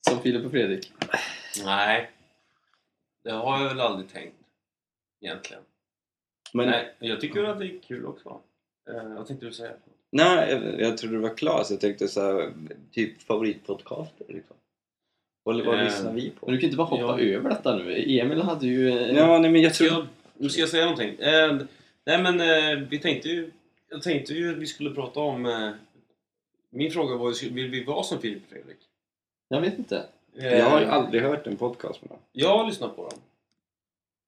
[SPEAKER 3] som Filip och Fredrik?
[SPEAKER 4] Nej, det har jag väl aldrig tänkt egentligen.
[SPEAKER 2] Men nej.
[SPEAKER 4] Nej, jag tycker att det är kul också. Eh, vad tänkte du säga?
[SPEAKER 2] jag, jag trodde du var klar så jag tänkte så här, typ favoritpodcaster liksom. Vad, vad
[SPEAKER 4] Eh.
[SPEAKER 2] lyssnar vi
[SPEAKER 3] Men
[SPEAKER 2] på?
[SPEAKER 3] du kan inte bara hoppa över detta nu. Emil hade ju... eh,
[SPEAKER 2] Ja, nej men jag
[SPEAKER 4] Ska
[SPEAKER 2] tror...
[SPEAKER 4] jag, nu ska jag säga någonting. Eh, nej men eh, vi tänkte ju... Jag tänkte ju att vi skulle prata om... Eh, min fråga var ju, vill vi vara som Filip och Fredrik?
[SPEAKER 3] Jag vet inte.
[SPEAKER 4] Eh,
[SPEAKER 2] Jag har ju aldrig hört en podcast med någon.
[SPEAKER 4] jag har lyssnat på dem.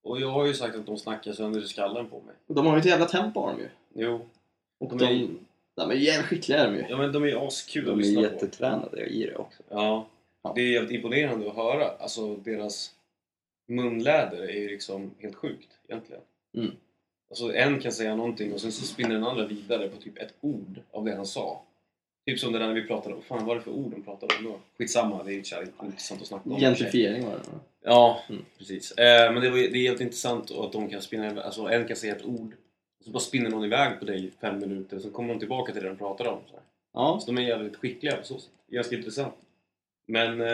[SPEAKER 4] Och jag har ju sagt att de snackar sönder skallen på mig.
[SPEAKER 3] De har ju ett jävla tempo har de ju.
[SPEAKER 4] Jo.
[SPEAKER 3] Och
[SPEAKER 4] De är-
[SPEAKER 3] de... De är jävligt skickliga är de ju.
[SPEAKER 4] Ja men de är ju askul att
[SPEAKER 2] De är
[SPEAKER 4] lyssna på.
[SPEAKER 2] jättetränade i det också.
[SPEAKER 4] Ja.
[SPEAKER 3] Ja.
[SPEAKER 4] Det är jävligt imponerande att höra. Alltså deras munläder är ju liksom helt sjukt egentligen.
[SPEAKER 3] Mm.
[SPEAKER 4] Alltså en kan säga någonting och sen så spinner den andra vidare på typ ett ord av det han sa. Typ som det där när vi pratade om, fan vad var det för ord de pratade om då? Skitsamma, det är ju så jävla intressant att snacka om.
[SPEAKER 3] Gentrifiering var det.
[SPEAKER 4] Ja,
[SPEAKER 3] Mm.
[SPEAKER 4] precis. Eh, men det, var, det är helt intressant att de kan spinna, iväg- alltså en kan säga ett ord och så bara spinner någon iväg på dig i fem minuter och sen kommer de tillbaka till det de pratade om. Så här.
[SPEAKER 3] Ja.
[SPEAKER 4] Alltså, de är jävligt skickliga på så sätt. Det är Ganska intressant. Men, eh,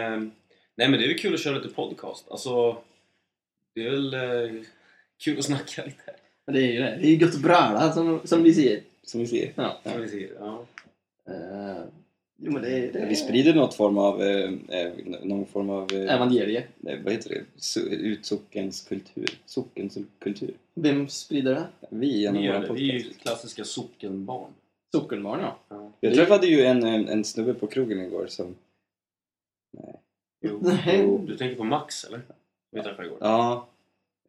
[SPEAKER 4] nej men det är väl kul att köra lite podcast. Alltså, det är väl eh, kul att snacka lite.
[SPEAKER 3] Men Det är ju det. Det är ju gött att bröla som, som vi ser.
[SPEAKER 2] Som vi ser.
[SPEAKER 3] Ja.
[SPEAKER 4] Som vi ser. Ja.
[SPEAKER 3] Eh, jo men det är... Det är
[SPEAKER 2] Vi sprider något form av, eh, eh, någon form av, eh,
[SPEAKER 3] Evangelie.
[SPEAKER 2] eh, vad heter det, Su- utsockens kultur. Sockens kultur.
[SPEAKER 3] Vem sprider det?
[SPEAKER 2] Vi genom
[SPEAKER 4] Vi,
[SPEAKER 2] vår
[SPEAKER 4] gör det.
[SPEAKER 2] podcast.
[SPEAKER 4] vi är ju klassiska sockenbarn.
[SPEAKER 3] Sockenbarn ja.
[SPEAKER 2] Jag träffade ju en, en, en snubbe på krogen igår som...
[SPEAKER 4] Jo.
[SPEAKER 3] Nej.
[SPEAKER 4] Jo. Du tänker på Max eller? Vi träffade igår.
[SPEAKER 2] Ja.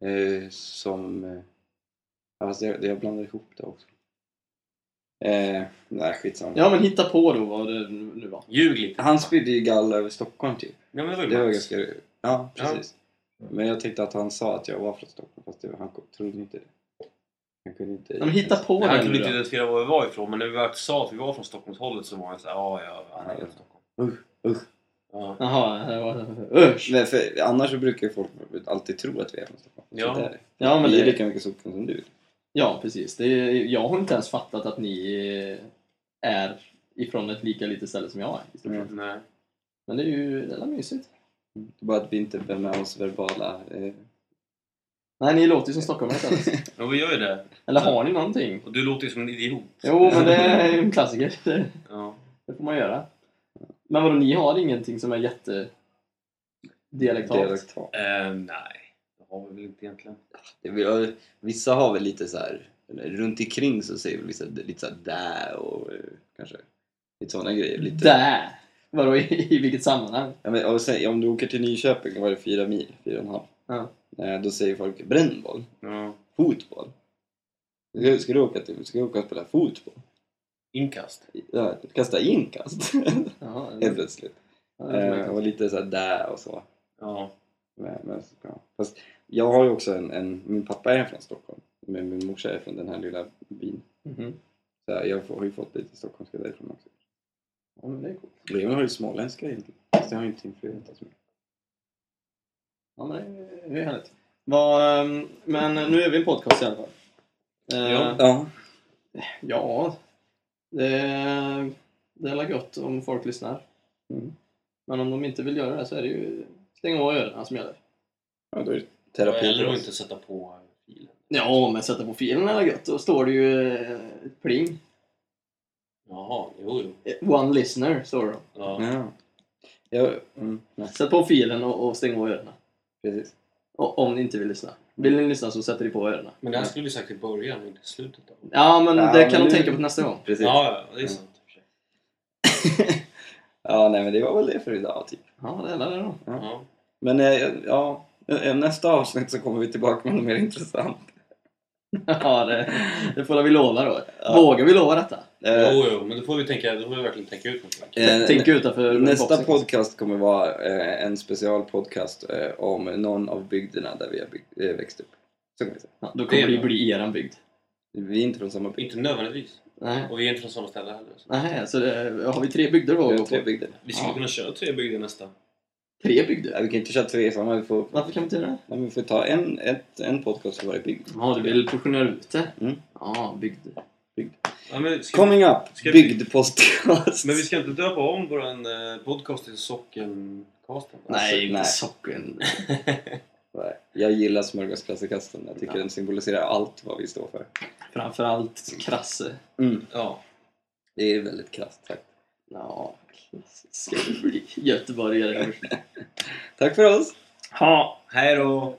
[SPEAKER 2] Eh, som... Eh, alltså jag, jag blandar ihop det också. Eh, nej, skitsamma.
[SPEAKER 3] Ja men hitta på då vad det nu var.
[SPEAKER 4] Ljug lite.
[SPEAKER 2] Han spydde ju galla över Stockholm typ.
[SPEAKER 4] Ja, men det var ju
[SPEAKER 2] Det var
[SPEAKER 4] Max.
[SPEAKER 2] ganska... Ja,
[SPEAKER 4] Ja.
[SPEAKER 2] precis. Men jag tänkte att han sa att jag var från Stockholm fast det, han trodde inte det. Han kunde inte...
[SPEAKER 3] Ja, men hitta på
[SPEAKER 4] Han
[SPEAKER 3] det
[SPEAKER 4] kunde
[SPEAKER 3] nu
[SPEAKER 4] inte
[SPEAKER 3] då.
[SPEAKER 4] identifiera var vi var ifrån men när vi väl sa att vi var från Stockholmshållet så var han såhär ja, ja, han är från Stockholm.
[SPEAKER 2] Usch, usch.
[SPEAKER 4] Ja.
[SPEAKER 3] Jaha, det var- usch.
[SPEAKER 2] Men för, annars så brukar ju folk alltid tro att vi är från Stockholm.
[SPEAKER 4] Ja.
[SPEAKER 2] Så där.
[SPEAKER 3] Ja, men
[SPEAKER 2] vi är
[SPEAKER 3] det,
[SPEAKER 2] lika mycket socken som du.
[SPEAKER 3] ja precis. Det, är- jag har inte ens fattat att ni eh, är ifrån ett lika litet ställe som jag är. i stort sett.
[SPEAKER 2] Mm.
[SPEAKER 4] Nej.
[SPEAKER 3] Men det är ju det är mysigt.
[SPEAKER 2] Bara att vi inte bär med oss verbala... Eh,
[SPEAKER 3] Nej, ni låter ju som stockholmare istället.
[SPEAKER 4] Men vi gör ju det.
[SPEAKER 3] Eller har ni någonting?
[SPEAKER 4] Och du låter ju som en idiot.
[SPEAKER 3] Jo, men det är ju en klassiker. Det,
[SPEAKER 4] Ja.
[SPEAKER 3] det får man göra. Men vadå, ni har ingenting som är jätte... Dialektalt?
[SPEAKER 2] dialektal.
[SPEAKER 4] Eh, nej, det har vi väl inte egentligen.
[SPEAKER 2] Det vill, jag- vissa har väl lite så här, eller runt omkring så säger väl vissa lite så här där och eh, kanske lite sådana grejer. Lite.
[SPEAKER 3] Där! Vadå, i, i vilket sammanhang?
[SPEAKER 2] Ja, men, och sen, om du åker till Nyköping, var det fyra mil, fyra och en halv?
[SPEAKER 3] Ja.
[SPEAKER 2] Eh, då säger folk brännboll,
[SPEAKER 4] Ja.
[SPEAKER 2] fotboll. Ska, ska, du åka till, ska du åka och spela fotboll?
[SPEAKER 4] Inkast.
[SPEAKER 2] Ja, kasta inkast,
[SPEAKER 3] Jaha,
[SPEAKER 2] helt plötsligt.
[SPEAKER 3] ja, det är
[SPEAKER 2] Eh,
[SPEAKER 3] märkligt.
[SPEAKER 2] och lite så här där och så.
[SPEAKER 4] Ja.
[SPEAKER 2] Men, men, så bra. Fast Jag har ju också en, en, min pappa är från Stockholm, men min morsa är från den här lilla byn.
[SPEAKER 3] Mhm.
[SPEAKER 2] Så jag har ju fått lite stockholmska därifrån också.
[SPEAKER 3] Ja, men det är coolt.
[SPEAKER 2] Men jag har ju småländska egentligen, så jag har ju inte influerat så mycket.
[SPEAKER 3] Ja, men det- det är härligt. Vad, ehm, men nu är vi en podcast i alla fall. Eh,
[SPEAKER 4] Ja.
[SPEAKER 2] Ja,
[SPEAKER 3] Ja, det, det är väl gött om folk lyssnar.
[SPEAKER 2] Mm.
[SPEAKER 3] Men om de inte vill göra det så är det ju stänga av öronen som gäller.
[SPEAKER 2] ja då är det terapi för
[SPEAKER 4] Eller att
[SPEAKER 2] oss.
[SPEAKER 4] inte sätta på filen.
[SPEAKER 3] Ja, men sätta på filen är gött. Då står det ju eh, pling.
[SPEAKER 4] Jaha, jo, jo.
[SPEAKER 3] Eh, One listener står det då.
[SPEAKER 4] Ja.
[SPEAKER 2] Ja. Jag, mm, nej,
[SPEAKER 3] Sätt på filen och, och stäng av öronen.
[SPEAKER 2] precis.
[SPEAKER 3] Och, om ni inte vill lyssna. Vill ni lyssna så sätter ni på öronen.
[SPEAKER 4] Men det här skulle du sagt i början, men inte i slutet. Då.
[SPEAKER 3] Ja, men
[SPEAKER 2] Ja,
[SPEAKER 3] det
[SPEAKER 2] men
[SPEAKER 3] kan de
[SPEAKER 2] nu-
[SPEAKER 3] tänka på till nästa gång.
[SPEAKER 2] precis. Ja.
[SPEAKER 4] Ja, ja, det är sant.
[SPEAKER 2] ja, nej men det var väl det för idag typ.
[SPEAKER 3] Ja, det är det då.
[SPEAKER 4] Ja.
[SPEAKER 2] Men eh, ja, eh, nästa avsnitt så kommer vi tillbaka med något mer intressant.
[SPEAKER 3] Ja, det, det får vi lova då.
[SPEAKER 2] Ja.
[SPEAKER 3] Vågar vi lova detta?
[SPEAKER 2] Eh,
[SPEAKER 4] Jo, jo, men då får vi tänka, då får vi verkligen tänka ut någonting.
[SPEAKER 2] eh,
[SPEAKER 3] Tänk utanför
[SPEAKER 2] Nästa
[SPEAKER 3] boxen.
[SPEAKER 2] podcast kommer vara eh, en specialpodcast eh, om någon av bygderna där vi har bygg- eh, växt upp. Så kan vi säga.
[SPEAKER 3] Ja, då kommer det
[SPEAKER 4] Det
[SPEAKER 3] ju
[SPEAKER 4] är bra.
[SPEAKER 3] bli eran bygd.
[SPEAKER 2] Vi är inte från samma bygd.
[SPEAKER 4] Inte nödvändigtvis.
[SPEAKER 3] Nej.
[SPEAKER 4] Och vi är inte från samma ställe heller. Så.
[SPEAKER 3] Nej, så det, har vi tre bygder då
[SPEAKER 2] Vi
[SPEAKER 3] att
[SPEAKER 2] har
[SPEAKER 3] gå
[SPEAKER 2] tre
[SPEAKER 3] på?
[SPEAKER 2] bygder.
[SPEAKER 4] Vi skulle
[SPEAKER 3] Ja.
[SPEAKER 4] kunna köra tre bygder nästa.
[SPEAKER 3] Tre bygder?
[SPEAKER 2] Ja, vi kan inte köra tre samma, vi får,
[SPEAKER 3] Varför kan vi inte göra det?
[SPEAKER 2] nej, vi får ta en, ett, en podcast för varje bygd.
[SPEAKER 3] Ja, du vill portionera ut det?
[SPEAKER 2] Mm. Alltså,
[SPEAKER 3] Ja, bygder.
[SPEAKER 4] Ja, men, ska
[SPEAKER 2] Coming up!
[SPEAKER 4] Ska vi-
[SPEAKER 2] Bygdpodcast!
[SPEAKER 4] men vi ska inte döpa om våran eh, podcast till Sockencasten? va?
[SPEAKER 3] Nej, inte
[SPEAKER 2] nej.
[SPEAKER 3] socken.
[SPEAKER 2] Nej, Jag gillar smörgåsplastikkasten. Jag tycker
[SPEAKER 3] Ja.
[SPEAKER 2] den symboliserar allt vad vi står för.
[SPEAKER 3] Framförallt krasse.
[SPEAKER 4] Ja.
[SPEAKER 2] Det är väldigt krasst sagt.
[SPEAKER 3] Ja, klass. ska det bli göteborgare.
[SPEAKER 2] Tack för oss!
[SPEAKER 3] Ha!
[SPEAKER 4] Hej då!